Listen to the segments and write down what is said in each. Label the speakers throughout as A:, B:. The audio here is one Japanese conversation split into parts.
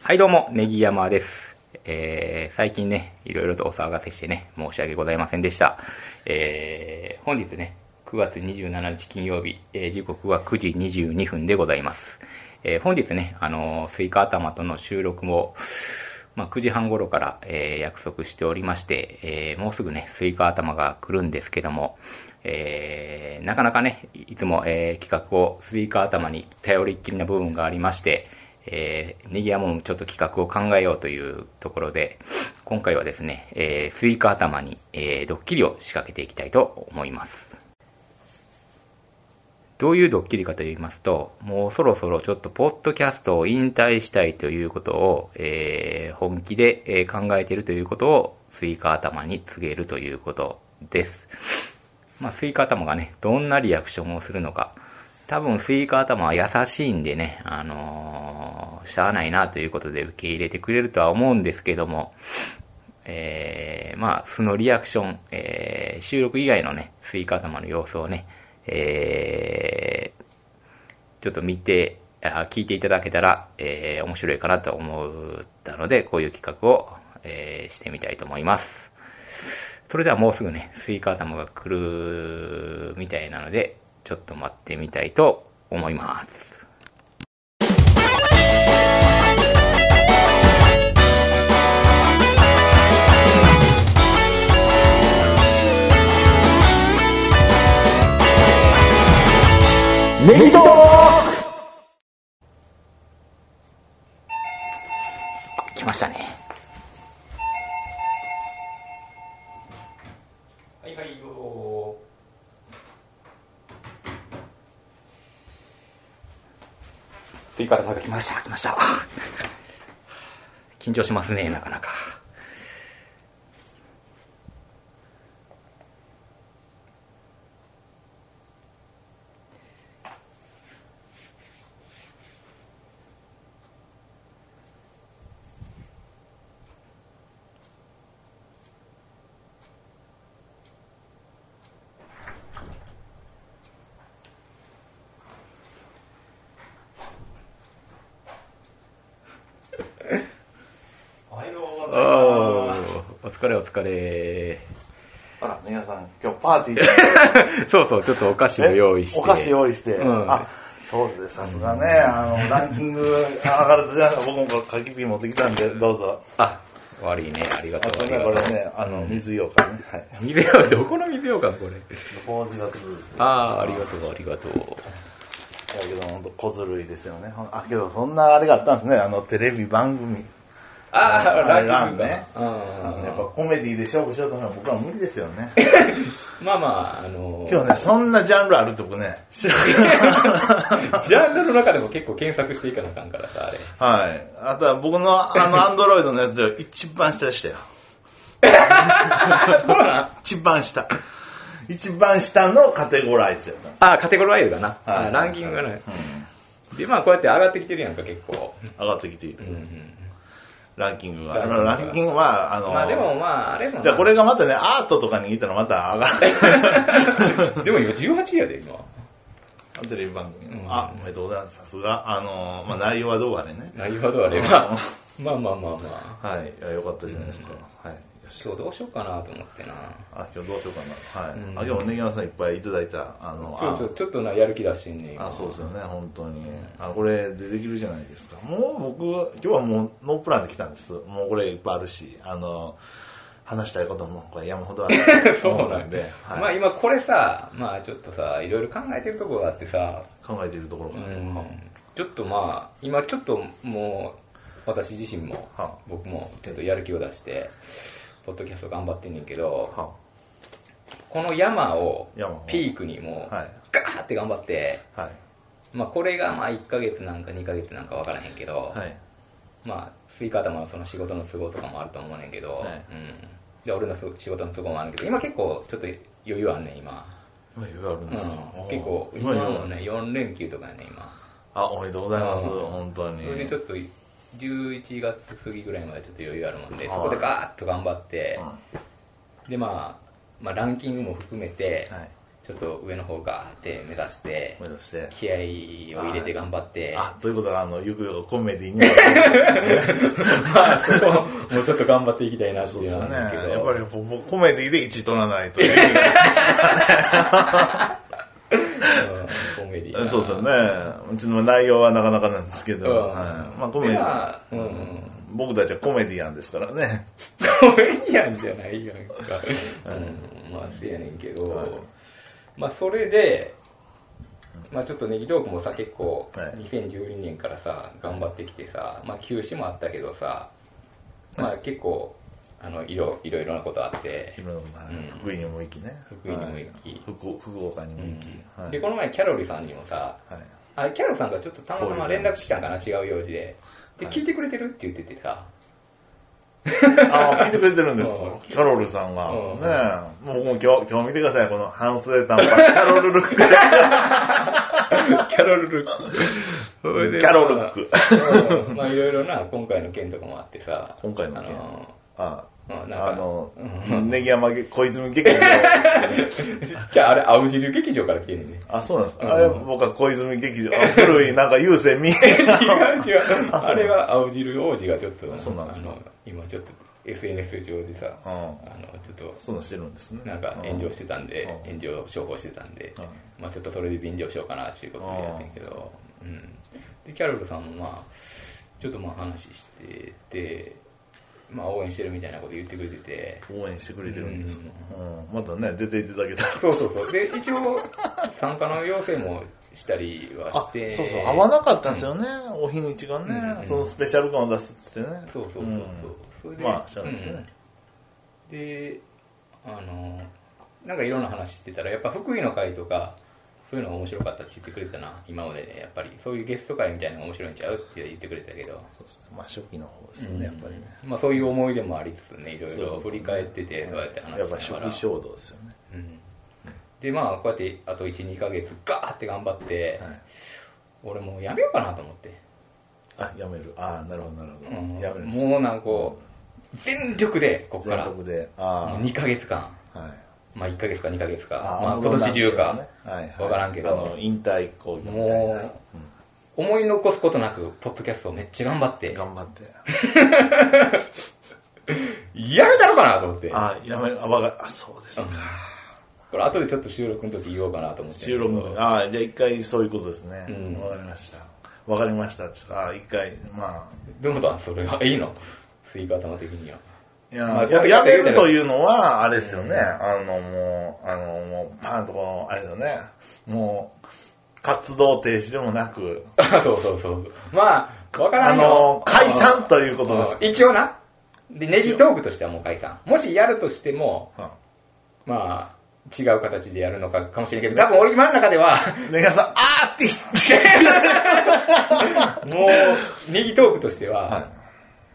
A: はいどうも、ネギ山です。えー、最近ね、いろいろとお騒がせしてね、申し訳ございませんでした。えー、本日ね、9月27日金曜日、えー時刻は9時22分でございます。えー、本日ね、あのースイカ頭との収録も、まあ、9時半頃から、えー約束しておりまして、えーもうすぐね、スイカ頭が来るんですけども、えーなかなかね、いつも、えー企画をスイカ頭に頼りっきりな部分がありまして、えー、ネギヤモンちょっと企画を考えようというところで、今回はですね、えースイカ頭に、えードッキリを仕掛けていきたいと思います。どういうドッキリかと言いますと、もうそろそろちょっとポッドキャストを引退したいということを、えー本気で、えー考えているということをスイカ頭に告げるということです。まあ、スイカ頭がね、どんなリアクションをするのか。多分スイカ頭は優しいんでね、あのーしゃあないなということで受け入れてくれるとは思うんですけども、えーまあ、素のリアクション、えー収録以外のね、スイカ頭の様子をね、えーちょっと見て、あ聞いていただけたら、えー面白いかなと思ったので、こういう企画を、えーしてみたいと思います。それではもうすぐね、スイカ頭が来るみたいなので、ちょっと待ってみたいと思います。
B: ネギトー
A: 来ましたね。はいはい、どうぞ。スイカ頭が来ました、来ました。緊張しますね、なかなか。
C: おはよう
A: お
C: ございます。
A: ーお疲れお疲れ。
C: あら、皆さん、今日パーティーじゃないですか
A: そう そう、ちょっとお菓子を用意して。
C: お菓子用意して。
A: うん
C: あ、そうですね、さすがね、あの、ランキング上がるとじゃない僕もこれ柿ピー持ってきたんで、どうぞ。
A: あ、悪いね、ありが
C: あ
A: とう、
C: と
A: あり
C: ね、
A: が
C: こと
A: う
C: れ。ね、あの、水ようかんね。はい。
A: 水よ、どこの水ようかん、これ。
C: 麹が粒です。
A: ああ、ありがとう、ありがとう。
C: だけど、ほんと、小ずるいですよね。ほんあ、けど、そんなあれがあったんですね、あの、テレビ番組。
A: ああ、
C: あれ
A: ランキング
C: ランね
A: ね。うん
C: あのやっぱコメディで勝負しようと思うのは僕は無理ですよね。
A: まあまあ、あのー
C: 今日ね、そんなジャンルあると僕ね、知らな い
A: ジャンルの中でも結構検索していかなあかんからさ、あれ。
C: はい。あとは僕のあ のアンドロイドのやつで一番下でしたよ。 一番下。一番下のカテゴライズやったんです。
A: ああ、カテゴライズだな。
C: はい
A: あーランキングがない。
C: う
A: で、まあ、こうやって上がってきてるやんか、結構。
C: ん上がってきている
A: う。ん。
C: ランキング
A: ラン
C: は。
A: キング
C: ランキングは、あの、
A: まあ、でもまあ、あれもな。
C: じゃあこれがまたね、アートとかにいたらまた上がる。
A: でも今18やで、今。
C: テレビ番組
A: う。ん
C: あ、おめでとうございます。さすが。あの、まあ内容はどうあれね。
A: なるほど、あれは。まあまあまあまあ。
C: はい。いやよかったじゃないですか。はい。よし
A: 今日どうしようかなと思ってな。
C: あ、今日どうしようかな。はい。
A: うん
C: あ、今日おねぎまさんいっぱいいただいた、あの、
A: 今日ちょちょっとな、やる気出してんねん
C: あそうですよね、本当に。あ、これでできるじゃないですか。もう僕は、今日はもうノープランで来たんです。もうこれいっぱいあるし、あの、話したいこともこれ山ほどあ る と
A: そう
C: 思
A: なんで、
C: はい
A: まあ今これさ、まあちょっとさ、いろいろ考えてるところがあってさ、
C: 考えているところ
A: う
C: が、
A: ん、ちょっとまあ、今ちょっともう、私自身も
C: は、
A: 僕もちょっとやる気を出して、ポッドキャスト頑張ってんねんけど、
C: は
A: この山を
C: 山を
A: ピークにもう、
C: はい
A: ガーって頑張って、
C: はい。
A: まあこれがまあ1ヶ月なんか2ヶ月なんかわからへんけど、
C: はい。
A: まあ、スイカ頭のその仕事の都合とかもあると思うねんけど、
C: はい
A: うん。で、俺のす仕事の都合もあるけど、今結構ちょっと余裕あんねん、今。
C: 今余裕ある
A: うんん
C: ですよ。
A: 結構、
C: 今
A: 今
C: 余裕あ
A: の
C: る
A: ね、4連休とかやね、今。
C: あ、おめでとうございます、
A: うん
C: 本当
A: そ
C: に。
A: れでちょっと、11月過ぎぐらいまでちょっと余裕あるもんで、
C: はい
A: そこでガーッと頑張って
C: うん、
A: で、まあ、まあ、ランキングも含めて、
C: はい。
A: ちょっと上の方かって目指して
C: 目、指して。
A: 気合を入れて頑張って、
C: あ、ということは、あの、ゆくゆくコメディにも。
A: まあ、そこをもうちょっと頑張っていきたいなって
C: そう
A: い
C: で
A: う
C: す
A: のは
C: よ
A: あ
C: ね。
A: るんですけど、
C: やっぱり僕、コメディで1位取らないと。
A: うんコメディ
C: そうですよね。うちの内容はなかなかなんですけど、
A: うん
C: はいまあコメデ
A: い
C: ィ
A: や、うんうん
C: 僕たちはコメディアンですからね。
A: コメディアンじゃないやんか。うん、まあ、せやねんけ
C: はい
A: ど、まあ、それで、まあ、ちょっとネギトークもさ、結構、
C: はい
A: 2012年からさ、頑張ってきてさ、まあ、休止もあったけどさ、まあ、結構、あの、いろ、いろいろなことあって、
C: いろんな
A: うん
C: 福井にも行きね。
A: 福井にも行き
C: はい福福岡にも行き。
A: う
C: は
A: ん
C: い
A: で、この前、キャロルさんにもさ、
C: はい
A: あ、キャロルさんがちょっとたまたま連絡来たんかな、違う用事で。で、
C: はい
A: 聞いてくれてるって言っててさ、
C: あ聞いてくれてるんですか
A: うん
C: キャロルさんが。
A: うん
C: ねえ。もうもう今日、今日見てください。この半袖短パン、キャロルルッ ク。
A: キャロルルック。それで
C: キャロルルック。
A: うんまあいろいろな、今回の件とかもあってさ。
C: 今回の件
A: あの
C: あ
A: うんなんか
C: あの
A: う、ん
C: ネギ山小泉劇場。。
A: じゃああれ、青汁劇場から来てんねんね
C: あ、そうなんです
A: うん
C: か。あれ、僕は小泉劇場。あ古い、なんか優勢見え
A: 違う違う。
C: あそう
A: あれは青汁王子がちょっと、
C: そうなんですか
A: あの今ちょっと SNS 上でさ、
C: う
A: あ
C: ん
A: の、ちょっと、
C: そういうのしてるんですね。
A: なんか炎上してたんで、
C: うん
A: 炎上商法してたんで、
C: う
A: まあちょっとそれで便乗しようかなっていうことでやってんけど、うん。で、キャロルさんもまあ、ちょっとまあ話してて、まあ応援してるみたいなこと言ってくれてて、
C: 応援してくれてるんですか。うんまたね、出ていただけたら。
A: そうそうそう。で、一 応、参加の要請もしたりは
C: あ
A: して、
C: そうそう、合わなかったんですよね、お日にちが
A: うんうん
C: ね、そのスペシャル感を出すってってね。
A: そうそうそうそう。それ
C: ん
A: で、
C: まあ、しゃあないですね。
A: うんで、あの、なんかいろんな話してたら、やっぱ福井の会とか、そういうのが面白かったって言ってくれたな、今までね、やっぱり、そういうゲスト会みたいなのが面白いんちゃうって言ってくれたけど、
C: そうですねまあ、初期の方ですよね、やっぱりね。
A: うんまあそういう思い出もありつつね、いろい
C: そう
A: ろ振り返ってて、そうやって話し
C: やっ
A: なが
C: ぱ
A: ら。
C: 初期衝動ですよね。
A: うんで、まあ、こうやって、あと1、2ヶ月、ガーって頑張って、
C: はい
A: 俺もうやめようかなと思って。
C: あ、やめる。ああ、なるほど、なるほど。
A: うん
C: やめるんですね
A: もうなんかこう、全力で、ここから、
C: 全
A: も
C: 国
A: う
C: で。あ
A: 2ヶ月間、
C: あ、はい。
A: まあ1ヶ月か2ヶ月か、
C: あ
A: まあ
C: あ
A: 今年中か、
C: はいはい
A: わからんけど
C: あの、引退講義みたいなね
A: もう、思い残すことなく、ポッドキャストをめっちゃ頑張っ
C: う
A: て
C: ん、頑張って。
A: やめたのかなと思って。
C: あ、やめる。あ、わが、あ、そうです
A: う
C: か
A: ん。これ後でちょっと収録の時言おうかなと思って。
C: 収録の時ああ、じゃあ一回そういうことですね。
A: うん
C: わかりました。わかりました。ちょっとああ、一回、ま
A: どうだそれは。いいのスイカ頭的には。
C: あ、いや、
A: まあ
C: や
A: これ
C: やめるというのは、あれですよね。あの、もう、あの、もう、パンとこう、あれだよね。もう、活動停止でもなく、
A: あそうそうそう。まあ、わから
C: あ
A: んよ
C: の、。解散ということです。
A: うん一応な。で、ネジトークとしてはもう解散。もしやるとしても、
C: うん
A: まあ、違う形でやるのかかもしれんけど、多分俺今の中では、
C: ネガさん、あーって言って、
A: もう、ネギトークとしては、
C: は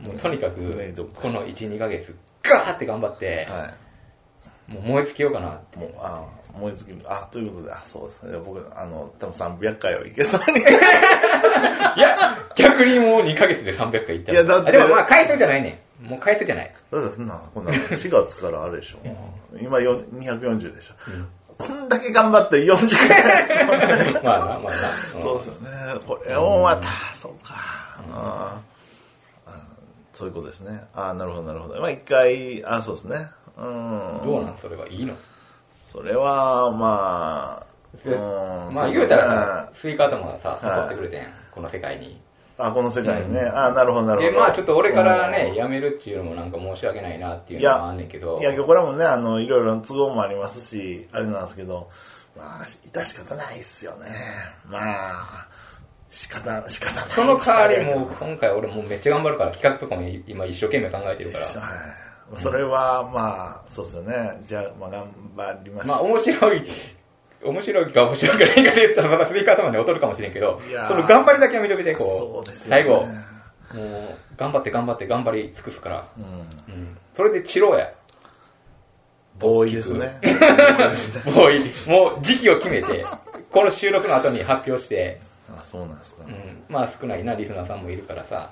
A: もうとにかく
C: ネギトー、ク
A: この1、2ヶ月、ガーって頑張って、
C: は
A: もう燃え尽きようかなって。
C: い。もう、あー燃え尽きる。あ、ということで、あ、そうですね。僕、あの、多分300回はいけそうに。
A: いや、逆にもう2ヶ月で300回いったら
C: いやだって
A: あでもまあ、回数じゃないね。もう回数じゃ ない。
C: だってそんな、こんな、4月からあれでしょ。今よ240でしょ。こんだけ頑張って40回。
A: まあな、まあな。ん
C: そうですよね。これをまた、そうか。あーあーそういうことですね。ああ、なるほど、なるほど。まあ一回、あーそうですね。うん。
A: どうなんそれはいいの
C: それは、まあ、うん
A: まあ
C: そ
A: 言うたらさ、
C: ね
A: スイカ頭がさ、誘
C: はい
A: ってくれてん、この世界に。
C: あ、この世界にね。ああ、なるほど、なるほ
A: で、
C: ど。
A: まあちょっと俺から
C: うん
A: ね、辞めるっていうのもなんか申し訳ないなっていう
C: い
A: の
C: や
A: はあんねんけど。
C: いや、これもね、あの、いろいろ都合もありますし、あれなんですけど、まあ、致し方ないっすよね。まあ、仕方、仕方ない。
A: その代わりもう今回俺もうめっちゃ頑張るから企画とかも今一生懸命考えてるから。
C: はい。それは、まあ、そうですよね。じゃあ、まあ、頑張りまし
A: まあ
C: ょ
A: 面白い、面白いか面白くないかで言ったらまたスイカ頭に劣るかもしれんけど
C: いや、ー
A: その頑張りだけは認めて、こ
C: そう
A: う、
C: ですよね
A: 最後、もう頑張って頑張って頑張り尽くすから。
C: う。うん。
A: うん。それでチロー や。
C: ボーイですね。
A: もういい、もう時期を決めて、この収録の後に発表して、
C: あ、そうなんですか。
A: うん、まあ少ないな、リスナーさんもいるからさ、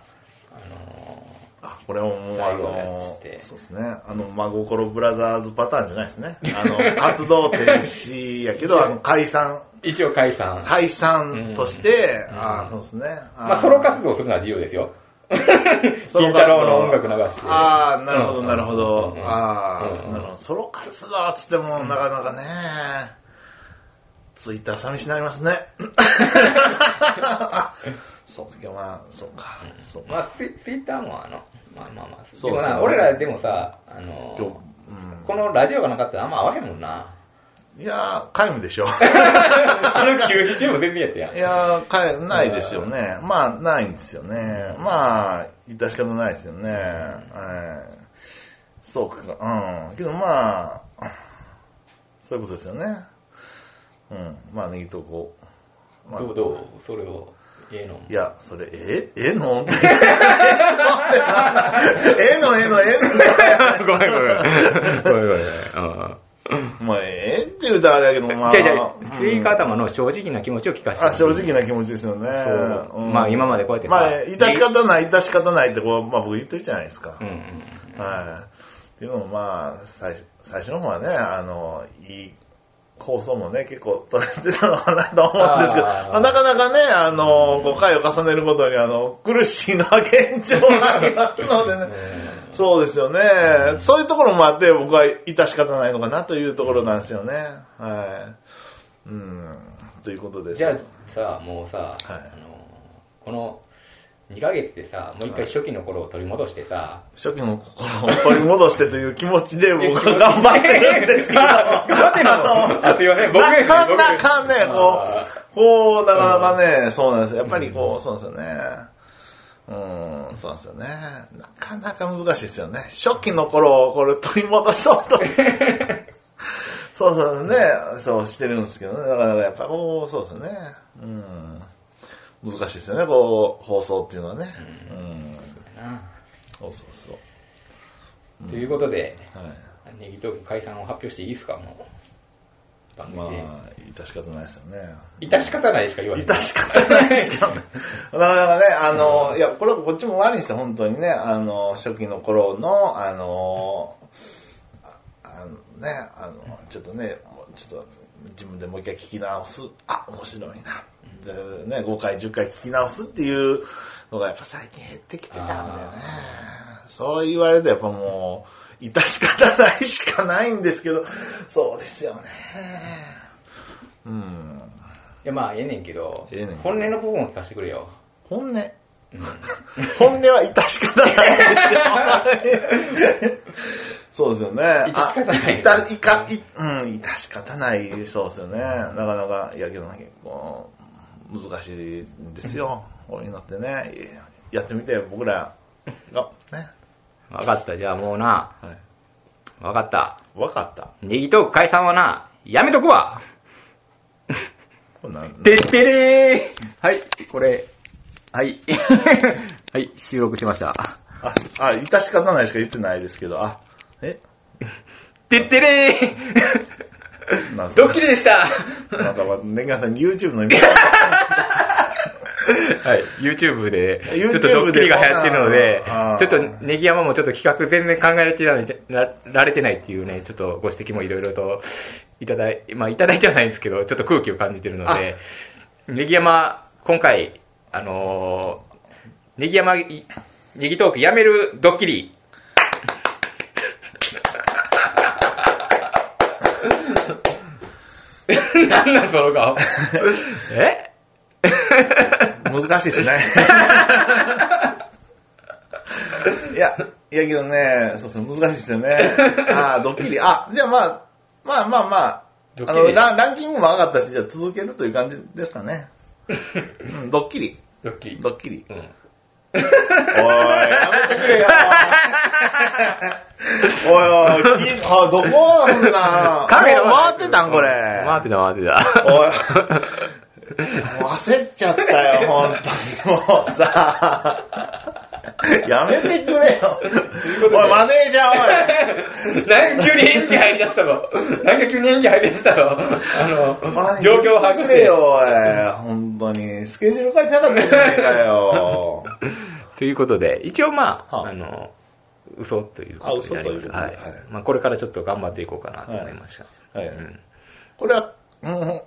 A: あの
C: あ、これももう、あ
A: 最後のや
C: の、
A: つ
C: そう
A: って
C: ですね。あの、真心ブラザーズパターンじゃないですね。あの、活動停止 やけど、あの、解散、
A: 一応解散。
C: 解散として、
A: うん
C: ああ、そうですね。
A: まあ、ソロ活動するのは自由ですよ。 金
C: ソロ活動
A: 太郎の音楽流して。
C: ああ、なるほど、
A: うん
C: なるほど。
A: うん
C: あ
A: う
C: あ、
A: ん
C: なるほど。ソロ活動っつっても、なかなかね、ツイッター寂しになりま すね。 そうか、まあ、そうか、そうか。
A: まあ、ツイツイッターもあの、まあまあまあ、
C: そう
A: でも
C: そう
A: な、
C: ね
A: 俺らでもさ、あ
C: 今日
A: の、
C: うん
A: このラジオがなかったらあんま合わへんもん な。
C: いやー、皆無でしょ。
A: あの休止中も全然やったやん
C: い。やー、かえないですよね。まあ、ないんですよね。まあ、致し方ないですよね。えーそうか、うん。けどまあ、そういうことですよね。うん。まあ、ネギとこう。まあ
A: どうどうそれを、芸能。
C: いや、それ、ええの えのえのえの
A: ごめんごめん。ごめんごめん。うん
C: まあ、ええって言うたらあれやけど、まあ。
A: じゃあじゃ
C: うん
A: あ、スイカ頭の正直な気持ちを聞かせて
C: あ
A: ほしい
C: 正直な気持ちですよね。
A: そうまあ今までこうやってさ
C: まあ、致し方ない、致し方ないってこう、まあ僕言ってるじゃないですか。
A: うんうん。
C: はい。っていうのもまあ、最初最初の方はね、あの、いい構想もね、結構取れてたのかなと思うんですけど、
A: あー
C: まあなかなかね、あの、5回を重ねることに、あの、苦しいのは現状がありますのでね。そうですよね。そういうところもあって、僕は致し方ないのかなというところなんですよね。はい。うん。ということです。
A: じゃあさ、もうさ、
C: はい
A: あのこの2ヶ月でさ、もう一回初期の頃を取り戻してさ、
C: 初期の心を取り戻してという気持ちで
A: い
C: 僕は頑張ってるんですけど、
A: 頑張ってるの あすいません僕
C: なかなかね、
A: 僕
C: こ
A: あ
C: う、こう、なかなかね、そうなんですよ。やっぱりこう、そうなんですよね。うん、そうなんですよね。なかなか難しいですよね。初期の頃をこれ取り戻そう と。そうそうね、そうしてるんですけどね。だからやっぱこう、そうですよね。うん。難しいですよね、こう、放送っていうのはね。うん。
A: な
C: そうそうそう。
A: ということで、
C: はい。
A: ネギトーク解散を発表していいですか、もう。番
C: ま
A: 組で。
C: あ、致し方ないですよね。
A: 致し方ないしか言わない。
C: 致し方ないで すよね。なかなかね、あの、いや、これはこっちも悪いんですよ、本当にね。あの、初期の頃の、あの、あのね、あの、ちょっとね、もうちょっと自分でもう一回聞き直す。あ、面白いな。でね、5回、10回聞き直すっていうのがやっぱ最近減ってきてたんだよね。そう言われるとやっぱもう、致し方ないしかないんですけど、そうですよね。うん。
A: いや、まあ、ええねんけど、
C: ええねんけど
A: 本音の部分を聞かせてくれよ。
C: 本音。
A: うん
C: 本音は致し方ないですよ。そうですよね。
A: 致し方ない
C: あたいかいうん、致し方ない、そうですよね。なかなか、いやけどな、結構、難しいんですよ。こういうのってね、やってみて、僕らが、ね。
A: わかった、じゃあもうな、
C: はい。
A: わかった。
C: わかった。
A: ネギトーク解散はな、やめとくわ
C: これなん
A: てってれーはい、これ、はい。 はい、収録しました。
C: あ、あ、致し方ないしか言ってないですけど、あ、え
A: てってれ
C: なん
A: ー
C: すか
A: ドッキリでした
C: なんか、年間さん YouTube の見
A: はい、YouTube で、ちょ
C: YouTube
A: っとドッキリが流行ってるので
C: あー、
A: ちょっとネギ山もちょっと企画全然考えられてないなられてないっていうね、ちょっとご指摘もいろいろといただい、まあいただいてはないんですけど、ちょっと空気を感じてるので、ネギ山、今回、あのー、ネギ山、いネギトークやめるドッキリ、 なんなんその 顔。え
C: 難しいです ね。いや、いやけどね、そうそう、難しいですよね。 ああ、ドッキリ。あ、じゃあまあ、まあまあまあ、
A: ドッ
C: あ
A: キリ
C: の
A: でした
C: ラン、ランキングも上がったし、じゃあ続けるという感じですかね。うん、ドッキリ。
A: ドッキリ。
C: ドッキリ。
A: うん。
C: おい、やめてくれよ。おいお い、きあ、どこなんだ
A: カメラは
C: 回ってたんこれ。
A: 回ってた回ってた。
C: おい。もう焦っちゃったよ、本当に。もうさ。 やめてくれよ。おい、マネージャ ー
A: なんか急に演技入り出したの。なんか急に演技入り出したの。あ
C: お
A: の、
C: い。
A: 状況を把握して
C: よ。おい、本当に。スケジュール書いてなかったじゃねえかよ。
A: ということで、一応まあ、
C: はあ
A: あの、嘘ということになります。
C: あ嘘と
A: は
C: い
A: い
C: うことではい。
A: まあ、これからちょっと頑張っていこうかなと思いました。
C: はいはい
A: うん
C: これは、うん、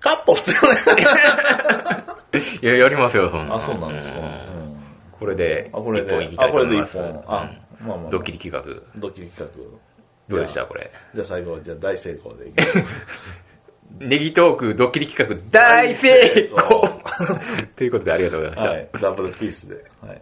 C: カット必要ね。
A: いや、やりますよ、そんな。
C: あ、そうなんですか。
A: う
C: うん
A: これで、
C: あ
A: 一
C: これで
A: 本いきたいと思います。
C: あこれで一本あ
A: うん
C: まあまあまあ
A: ドッキリ企画。
C: ドッキリ企画。
A: どうでした、これ。
C: じゃあ最後、じゃあ大成功でいきましょう。
A: ネギトークドッキリ企画大成功 ということでありがとうございました。
C: はい。ダブルピースで。はい。